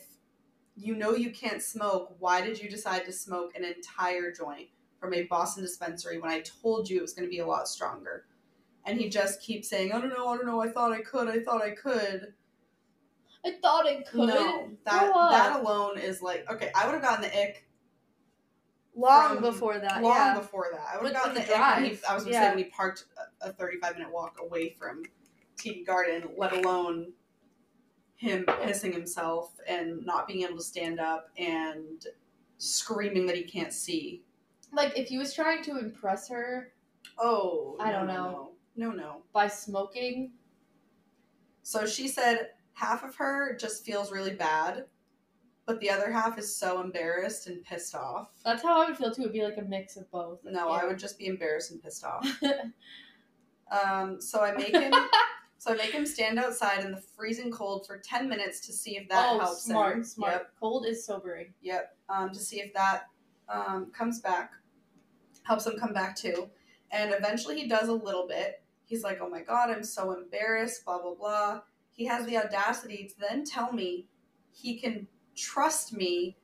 Speaker 1: you know you can't smoke, why did you decide to smoke an entire joint from a Boston dispensary when I told you it was going to be a lot stronger? And he just keeps saying, I don't know, I don't know, I thought I could, I thought I could.
Speaker 2: I thought it could.
Speaker 1: No, that
Speaker 2: Grow up.
Speaker 1: that alone is like, okay, I would have gotten the ick
Speaker 2: Long
Speaker 1: from
Speaker 2: before that.
Speaker 1: long
Speaker 2: yeah.
Speaker 1: before that. I would
Speaker 2: With-
Speaker 1: have gotten
Speaker 2: with
Speaker 1: the
Speaker 2: the
Speaker 1: ick when he,
Speaker 2: drive,
Speaker 1: I was gonna
Speaker 2: yeah.
Speaker 1: say when he parked a, a 35 minute walk away from TD Garden, let alone him pissing himself and not being able to stand up and screaming that he can't see.
Speaker 2: Like if he was trying to impress her
Speaker 1: Oh,
Speaker 2: I
Speaker 1: no,
Speaker 2: don't
Speaker 1: no,
Speaker 2: know.
Speaker 1: No, no. no.
Speaker 2: by smoking,
Speaker 1: So she said half of her just feels really bad, but the other half is so embarrassed and pissed off.
Speaker 2: that's how I would feel too. It'd be like a mix of both. Like,
Speaker 1: No,
Speaker 2: yeah.
Speaker 1: I would just be embarrassed and pissed off. Um, so I make him. so I make him stand outside in the freezing cold for ten minutes to see if that
Speaker 2: oh,
Speaker 1: helps
Speaker 2: smart,
Speaker 1: him.
Speaker 2: smart.
Speaker 1: Yep,
Speaker 2: Cold is sobering.
Speaker 1: yep. Um, to see if that um, comes back, helps him come back too. And eventually he does a little bit. He's like, "Oh my god, I'm so embarrassed." Blah blah blah. He has the audacity to then tell me he can trust me,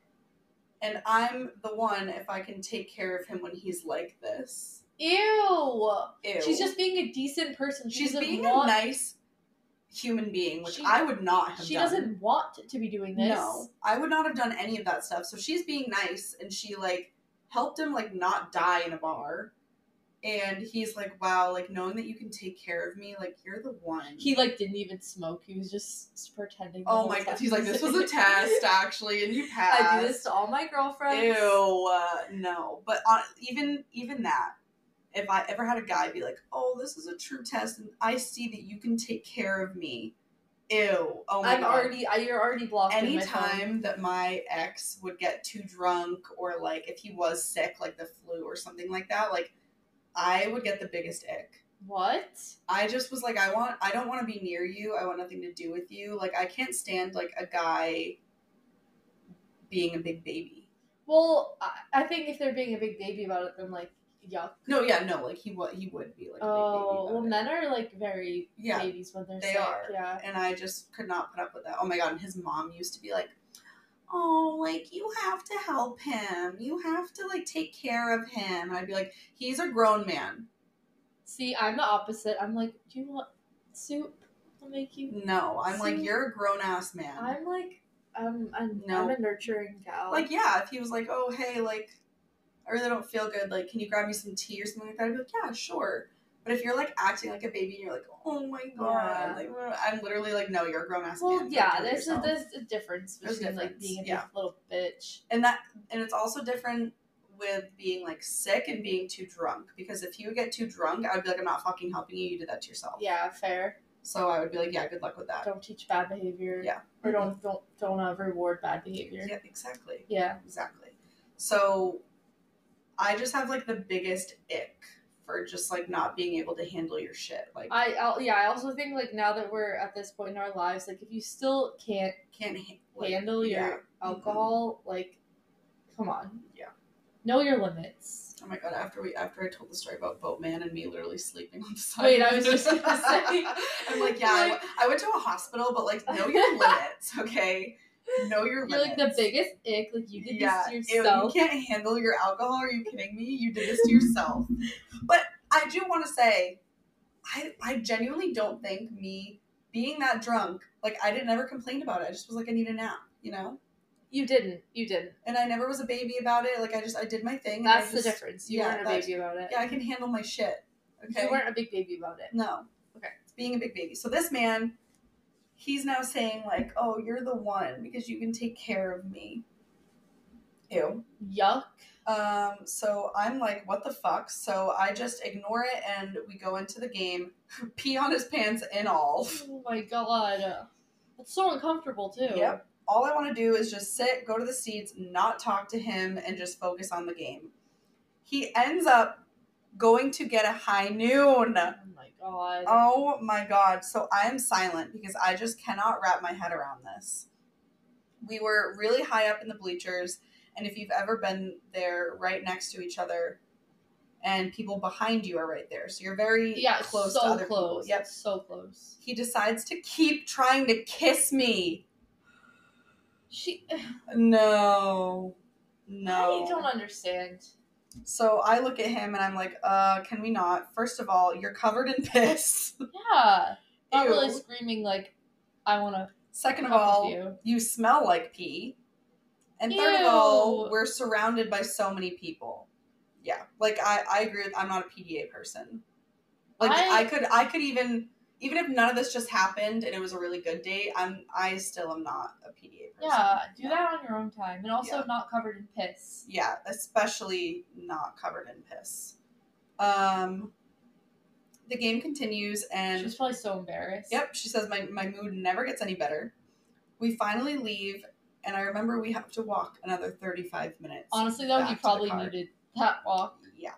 Speaker 1: and I'm the one if I can take care of him when he's like this.
Speaker 2: Ew.
Speaker 1: Ew.
Speaker 2: She's just being a decent person. She
Speaker 1: She's
Speaker 2: doesn't
Speaker 1: being
Speaker 2: want,
Speaker 1: a nice human being, which
Speaker 2: She-
Speaker 1: I would not have
Speaker 2: She
Speaker 1: done.
Speaker 2: doesn't want to be doing this.
Speaker 1: No, I would not have done any of that stuff. So she's being nice, and she like helped him like not die in a bar, and he's like, "Wow, like knowing that you can take care of me, like you're the one."
Speaker 2: He like didn't even smoke. He was just pretending. the
Speaker 1: oh
Speaker 2: whole
Speaker 1: my
Speaker 2: time.
Speaker 1: god, he's like, "This was a test, actually, and you passed."
Speaker 2: I do this to all my girlfriends.
Speaker 1: Ew, uh, no. But on, even even that, if I ever had a guy be like, "Oh, this is a true test, and I see that you can take care of me," ew. Oh my
Speaker 2: I'm
Speaker 1: god.
Speaker 2: already. I, you're already blocked. in my phone.
Speaker 1: Anytime that my ex would get too drunk, or like if he was sick, like the flu or something like that, like I would get the biggest ick.
Speaker 2: What?
Speaker 1: I just was like, I want, I don't want to be near you. I want nothing to do with you. Like I can't stand like a guy being a big baby.
Speaker 2: Well, I, I think if they're being a big baby about it, then like yuck.
Speaker 1: No, yeah, no, like he would, he would be like. a big
Speaker 2: Oh
Speaker 1: baby
Speaker 2: well,
Speaker 1: about it.
Speaker 2: men are like very
Speaker 1: Yeah,
Speaker 2: babies when they're
Speaker 1: they
Speaker 2: sick.
Speaker 1: are.
Speaker 2: Yeah.
Speaker 1: and I just could not put up with that. Oh my god, and his mom used to be like, "Oh, like you have to help him. You have to like take care of him." And I'd be like, "He's a grown man."
Speaker 2: See, I'm the opposite. I'm like, do you want soup? I'll make you.
Speaker 1: No, I'm like,
Speaker 2: See?
Speaker 1: "You're a grown ass man."
Speaker 2: I'm like, um, I'm,
Speaker 1: No.
Speaker 2: I'm a nurturing gal.
Speaker 1: like, yeah, if he was like, "Oh, hey, like I really don't feel good. Like, can you grab me some tea or something like that?" I'd be like, "Yeah, sure." But if you're like acting like a baby and you're like, "Oh my god,"
Speaker 2: Yeah.
Speaker 1: like I'm literally like, "No, you're a grown ass
Speaker 2: Well,
Speaker 1: man." Like,
Speaker 2: yeah,
Speaker 1: do it
Speaker 2: there's a,
Speaker 1: yourself.
Speaker 2: there's a difference
Speaker 1: There's
Speaker 2: between
Speaker 1: a
Speaker 2: like
Speaker 1: difference,
Speaker 2: being a
Speaker 1: yeah.
Speaker 2: little bitch.
Speaker 1: and that and it's also different with being like sick and being too drunk because if you would get too drunk i would be like i'm not fucking helping you you did that to yourself
Speaker 2: Yeah, fair.
Speaker 1: so i would be like yeah good luck with that
Speaker 2: Don't teach bad behavior.
Speaker 1: Yeah. Mm-hmm.
Speaker 2: Or don't don't don't uh, reward bad behavior.
Speaker 1: yeah exactly
Speaker 2: Yeah.
Speaker 1: exactly so i just have like the biggest ick for just like not being able to handle your shit like i
Speaker 2: I I'll, yeah. I also think like now that we're at this point in our lives, like if you still can't
Speaker 1: can't ha- like,
Speaker 2: handle your
Speaker 1: yeah. Mm-hmm.
Speaker 2: alcohol, like, come on.
Speaker 1: Yeah.
Speaker 2: Know your limits.
Speaker 1: oh my god after we after i told the story about boatman and me literally sleeping on the side
Speaker 2: Wait, I was just gonna say.
Speaker 1: i'm like yeah I, w- I went to a hospital but like know your limits okay know your
Speaker 2: You're
Speaker 1: limits
Speaker 2: like the biggest ick. Like you did this to
Speaker 1: ew,
Speaker 2: yourself.
Speaker 1: you can't handle your alcohol. Are you kidding me? You did this to yourself. but I do want to say, I I genuinely don't think me being that drunk, like I didn't ever complain about it. I just was like, I need a nap, you know.
Speaker 2: You didn't. You didn't.
Speaker 1: And I never was a baby about it. Like I just I did my thing. and I
Speaker 2: That's the
Speaker 1: just-
Speaker 2: difference. You
Speaker 1: yeah,
Speaker 2: weren't a
Speaker 1: that's-
Speaker 2: baby about it.
Speaker 1: Yeah, I can handle my shit. Okay.
Speaker 2: You weren't a big baby about it.
Speaker 1: No.
Speaker 2: Okay.
Speaker 1: It's being a big baby. So this man, he's now saying like, "Oh, you're the one because you can take care of me." Ew.
Speaker 2: Yuck.
Speaker 1: Um, so I'm like, what the fuck? So I just ignore it and we go into the game, pee on his pants and all.
Speaker 2: Oh my god. That's so uncomfortable too.
Speaker 1: Yep. All I want to do is just sit, go to the seats, not talk to him, and just focus on the game. He ends up going to get a high noon.
Speaker 2: Oh my god.
Speaker 1: Oh my god. So I am silent because I just cannot wrap my head around this. We were really high up in the bleachers, and if you've ever been there right next to each other, and people behind you are right there. So you're very
Speaker 2: yeah,
Speaker 1: close
Speaker 2: so
Speaker 1: to other
Speaker 2: close.
Speaker 1: people. Yep.
Speaker 2: So close.
Speaker 1: He decides to keep trying to kiss me.
Speaker 2: She
Speaker 1: No.
Speaker 2: I
Speaker 1: No.
Speaker 2: don't understand.
Speaker 1: so I look at him and I'm like, uh, can we not? First of all, you're covered in piss.
Speaker 2: Yeah. Not
Speaker 1: Ew.
Speaker 2: really screaming like I wanna
Speaker 1: Second of
Speaker 2: fuck with
Speaker 1: all,
Speaker 2: you.
Speaker 1: you smell like pee. And third of all,
Speaker 2: Ew.
Speaker 1: we're surrounded by so many people. Yeah, like I, I agree with I'm not a PDA person. Like I,
Speaker 2: I-
Speaker 1: could I could even even if none of this just happened and it was a really good date, I'm I still am not a PDA person.
Speaker 2: Yeah, do that on your own time, and also
Speaker 1: Yeah.
Speaker 2: not covered in piss.
Speaker 1: Yeah, especially not covered in piss. Um, the game continues, and
Speaker 2: She's probably so embarrassed.
Speaker 1: Yep, she says my, my mood never gets any better. We finally leave, and I remember we have to walk another 35 minutes.
Speaker 2: Honestly, though,
Speaker 1: Back
Speaker 2: he
Speaker 1: to the
Speaker 2: probably
Speaker 1: car.
Speaker 2: needed that walk.
Speaker 1: yeah.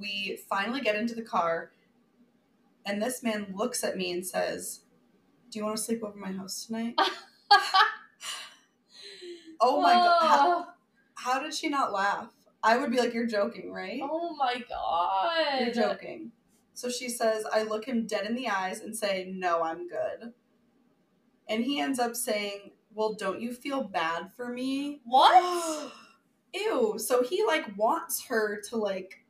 Speaker 1: We finally get into the car, and this man looks at me and says, Do you want to sleep over my house tonight? Oh my god. How,
Speaker 2: Ah,
Speaker 1: how did she not laugh? I would be like, You're joking, right?
Speaker 2: Oh my god.
Speaker 1: You're joking. So she says, I look him dead in the eyes and say, No, I'm good. And he ends up saying, Well, don't you feel bad for me?
Speaker 2: What?
Speaker 1: Ew. So he like wants her to like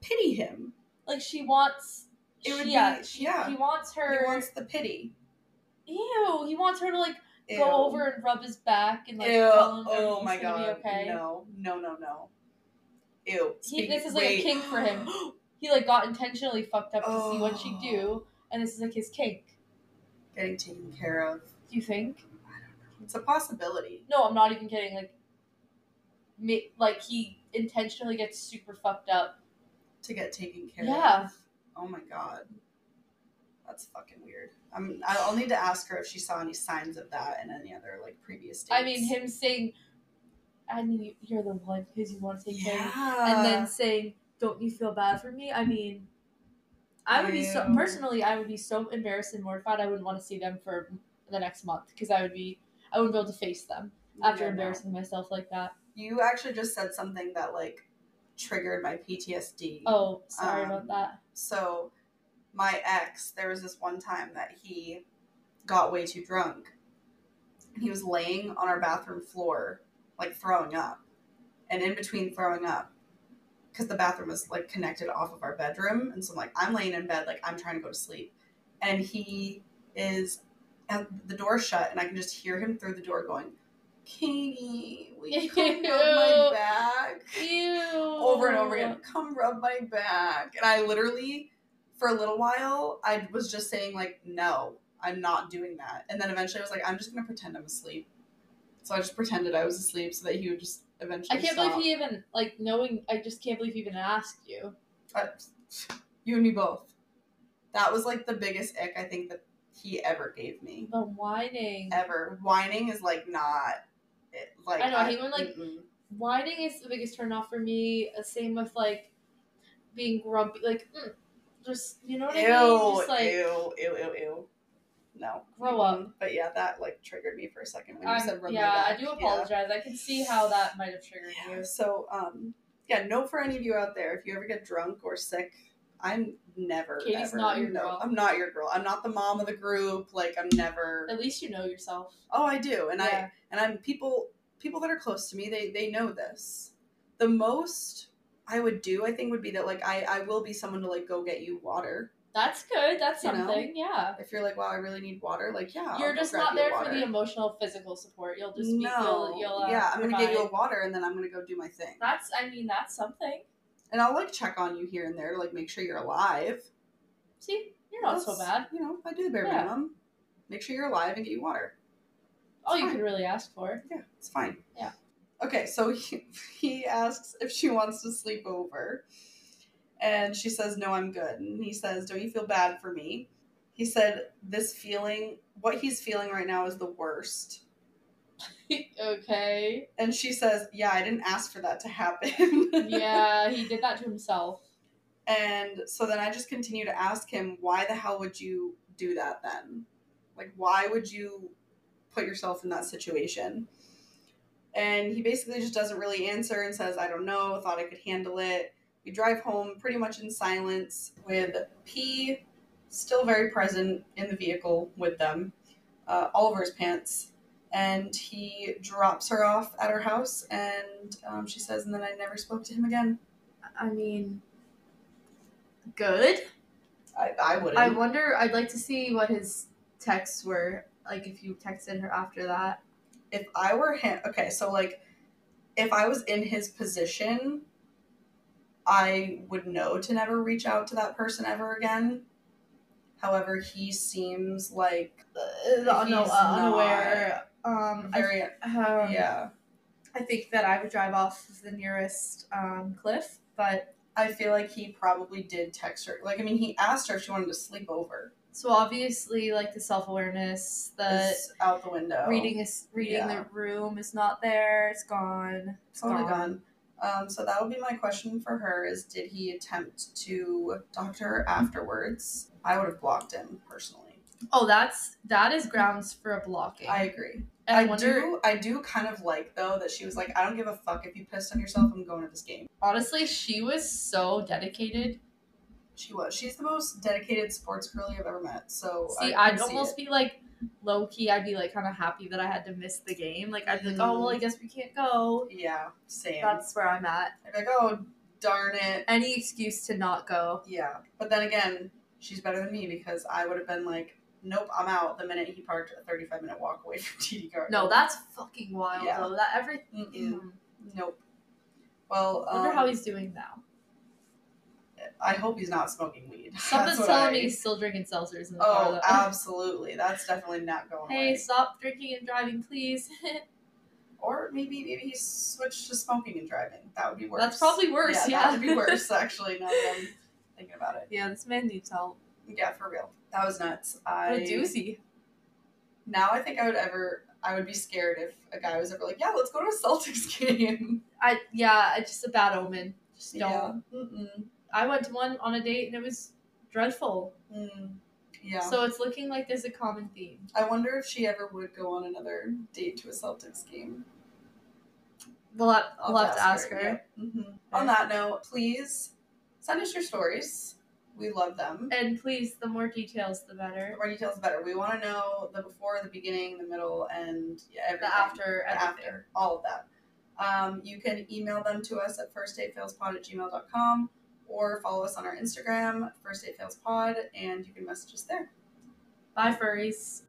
Speaker 1: pity him.
Speaker 2: like she wants.
Speaker 1: It would
Speaker 2: she- yeah,
Speaker 1: be-
Speaker 2: she-
Speaker 1: yeah.
Speaker 2: He wants her.
Speaker 1: He wants the pity.
Speaker 2: ew. He wants her to like
Speaker 1: Ew.
Speaker 2: go over and rub his back and like
Speaker 1: Ew.
Speaker 2: tell him
Speaker 1: Oh
Speaker 2: everything's
Speaker 1: my
Speaker 2: gonna
Speaker 1: god.
Speaker 2: Be okay.
Speaker 1: No, no, no, no. Ew.
Speaker 2: He-
Speaker 1: Speak-
Speaker 2: this is like a
Speaker 1: wait.
Speaker 2: kink for him. He like got intentionally fucked up to see what she
Speaker 1: Oh.
Speaker 2: do, and this is like his kink.
Speaker 1: Getting taken care of.
Speaker 2: Do you think?
Speaker 1: It's a possibility.
Speaker 2: No, I'm not even kidding. Like, ma- like he intentionally gets super fucked up.
Speaker 1: to get taken care
Speaker 2: Yeah.
Speaker 1: of. Oh my god. That's fucking weird. I'm, I'll need to ask her if she saw any signs of that in any other like previous dates.
Speaker 2: I mean, him saying, "I mean, you- you're the one because you want to take care," of me,"
Speaker 1: yeah.
Speaker 2: and then saying, "Don't you feel bad for me?" I mean, I would be so
Speaker 1: Ew.
Speaker 2: personally, I would be so embarrassed and mortified. I wouldn't want to see them for the next month because I would be, I wouldn't be able to face them after
Speaker 1: Yeah, no.
Speaker 2: embarrassing myself like that.
Speaker 1: you actually just said something that like triggered my PTSD.
Speaker 2: Oh, sorry
Speaker 1: Um,
Speaker 2: about that.
Speaker 1: So, my ex, there was this one time that he got way too drunk. And he was laying on our bathroom floor, like throwing up. And in between throwing up, because the bathroom was like connected off of our bedroom. And so, like, I'm laying in bed, like, I'm trying to go to sleep. And he is, and the door shut, and I can just hear him through the door going, Katie, will you come rub my
Speaker 2: Ew.
Speaker 1: back?
Speaker 2: Ew.
Speaker 1: over and
Speaker 2: Oh.
Speaker 1: over again, come rub my back. And I literally, for a little while, I was just saying, like, no, I'm not doing that. And then eventually I was like, I'm just going to pretend I'm asleep. So I just pretended I was asleep so that he would just
Speaker 2: I
Speaker 1: eventually
Speaker 2: can't
Speaker 1: stop.
Speaker 2: believe he even like knowing. I just can't believe he even asked you.
Speaker 1: I- you and me both. That was like the biggest ick I think that he ever gave me.
Speaker 2: The whining,
Speaker 1: Ever. Whining is like not. It, like
Speaker 2: I know, he would, like-
Speaker 1: mm-mm.
Speaker 2: whining is the biggest turnoff for me. Uh, Same with like being grumpy, like mm, just you know what I mean.
Speaker 1: Ew,
Speaker 2: Just like
Speaker 1: ew, ew, ew, ew. No.
Speaker 2: Grow up.
Speaker 1: Mm-mm. But yeah, that like triggered me for a second when you
Speaker 2: I'm-
Speaker 1: said rub my
Speaker 2: yeah, I
Speaker 1: back.
Speaker 2: do
Speaker 1: Yeah.
Speaker 2: apologize. I can see how that might have triggered you.
Speaker 1: So um yeah, no for any of you out there, if you ever get drunk or sick, I'm never
Speaker 2: Katie's
Speaker 1: ever-
Speaker 2: not your
Speaker 1: no,
Speaker 2: girl.
Speaker 1: I'm not your girl. I'm not the mom of the group. Like I'm never
Speaker 2: At least you know yourself.
Speaker 1: Oh, I do. And
Speaker 2: Yeah.
Speaker 1: I and I'm people people that are close to me, they they know this. The most I would do, I think, would be that like I, I will be someone to like go get you water.
Speaker 2: That's good. That's
Speaker 1: You know?
Speaker 2: something. Yeah.
Speaker 1: If you're like, wow, I really need water, like yeah. I'll
Speaker 2: You're
Speaker 1: Oh, go
Speaker 2: just
Speaker 1: grab
Speaker 2: not
Speaker 1: you a
Speaker 2: there for the
Speaker 1: water.
Speaker 2: emotional, physical support. You'll just be,
Speaker 1: no.
Speaker 2: you'll, you'll, uh,
Speaker 1: yeah, I'm gonna get you a
Speaker 2: provide.
Speaker 1: water and then I'm gonna go do my thing.
Speaker 2: That's, I mean, that's something.
Speaker 1: And I'll like check on you here and there to like make sure you're alive.
Speaker 2: See, you're not so
Speaker 1: That's-
Speaker 2: bad.
Speaker 1: You know, I do the bare
Speaker 2: Yeah.
Speaker 1: minimum. Make sure you're alive and get you water.
Speaker 2: All you
Speaker 1: fine.
Speaker 2: could really ask for.
Speaker 1: Yeah, it's fine.
Speaker 2: Yeah.
Speaker 1: Okay, so he, he asks if she wants to sleep over. And she says, No, I'm good. And he says, Don't you feel bad for me? He said, This feeling, what he's feeling right now is the worst.
Speaker 2: okay.
Speaker 1: And she says, Yeah, I didn't ask for that to happen.
Speaker 2: Yeah, he did that to himself.
Speaker 1: And so then I just continue to ask him, why the hell would you do that then? Like, why would you put yourself in that situation? And he basically just doesn't really answer and says, I don't know, thought I could handle it. We drive home pretty much in silence with P still very present in the vehicle with them, uh, Oliver's pants. And he drops her off at her house, and um, she says, and then I never spoke to him again.
Speaker 2: I mean, good.
Speaker 1: I, I wouldn't.
Speaker 2: I wonder, I'd like to see what his texts were. Like, if you texted her after that.
Speaker 1: if I were him, okay, so like if I was in his position, I would know to never reach out to that person ever again. However, he seems like
Speaker 2: Uh, no,
Speaker 1: He's
Speaker 2: no, uh, unaware. Um, I,
Speaker 1: very
Speaker 2: um,
Speaker 1: yeah.
Speaker 2: I think that I would drive off of the nearest um, cliff, but
Speaker 1: I feel like he probably did text her. Like I mean, he asked her if she wanted to sleep over.
Speaker 2: so obviously, like the self awareness, the
Speaker 1: It's out the window.
Speaker 2: reading is reading
Speaker 1: Yeah.
Speaker 2: the room is not there. It's gone.
Speaker 1: It's totally gone. Um, so that'll be my question for her: Is did he attempt to talk to her afterwards? I would have blocked him personally.
Speaker 2: Oh, that's that is grounds for a blocking.
Speaker 1: I agree.
Speaker 2: And
Speaker 1: I
Speaker 2: wonder-
Speaker 1: do. I do kind of like though that she was like, "I don't give a fuck if you pissed on yourself. I'm going to this game."
Speaker 2: Honestly, she was so dedicated.
Speaker 1: She was. She's the most dedicated sports girly I've ever met. So
Speaker 2: See, I'd
Speaker 1: I can see
Speaker 2: almost
Speaker 1: it.
Speaker 2: be like low key. I'd be like kind of happy that I had to miss the game. Like I'd be like, oh well, I
Speaker 1: Mm.
Speaker 2: guess we can't go.
Speaker 1: yeah, same.
Speaker 2: That's where I'm at.
Speaker 1: I'd be like, oh darn it.
Speaker 2: Any excuse to not go.
Speaker 1: Yeah, but then again, she's better than me because I would have been like, "Nope, I'm out." The minute he parked a 35 minute walk away from TD Garden.
Speaker 2: No, that's fucking wild
Speaker 1: Yeah.
Speaker 2: though. That every. mm,
Speaker 1: Mm-mm. Nope. Well, um,
Speaker 2: Wonder how he's doing now.
Speaker 1: I hope he's not smoking weed. That's
Speaker 2: Something's
Speaker 1: what
Speaker 2: telling
Speaker 1: I-
Speaker 2: me he's still drinking seltzers in the car.
Speaker 1: Oh, um,
Speaker 2: though.
Speaker 1: absolutely. That's definitely not going
Speaker 2: hey,
Speaker 1: away.
Speaker 2: stop drinking and driving, please.
Speaker 1: Or maybe maybe he switched to smoking and driving. That would be worse.
Speaker 2: that's probably worse. Yeah,
Speaker 1: that would be worse actually. Now that I'm thinking about it.
Speaker 2: yeah, this man needs help.
Speaker 1: Yeah, for real. That was nuts. I
Speaker 2: What a doozy.
Speaker 1: now I think I would ever. I would be scared if a guy was ever like, "Yeah, let's go to a Celtics game."
Speaker 2: I yeah, it's just a bad omen. Just don't.
Speaker 1: Yeah. Mm-mm.
Speaker 2: I went to one on a date and it was dreadful.
Speaker 1: Mm. Yeah.
Speaker 2: So it's looking like there's a common theme.
Speaker 1: I wonder if she ever would go on another date to a Celtics game.
Speaker 2: We'll have,
Speaker 1: I'll
Speaker 2: we'll have to ask her.
Speaker 1: Mhm. On that note, please send us your stories. We love them.
Speaker 2: And please, the more details, the
Speaker 1: The
Speaker 2: better.
Speaker 1: more details, the better. We want to know the before, the beginning, the middle, and yeah, everything.
Speaker 2: The after,
Speaker 1: The
Speaker 2: everything.
Speaker 1: after, all of that. Um, you can email them to us at firstdatefailspod at gmail.com or follow us on our Instagram, firstdatefailspod, and you can message us there.
Speaker 2: Bye, furries.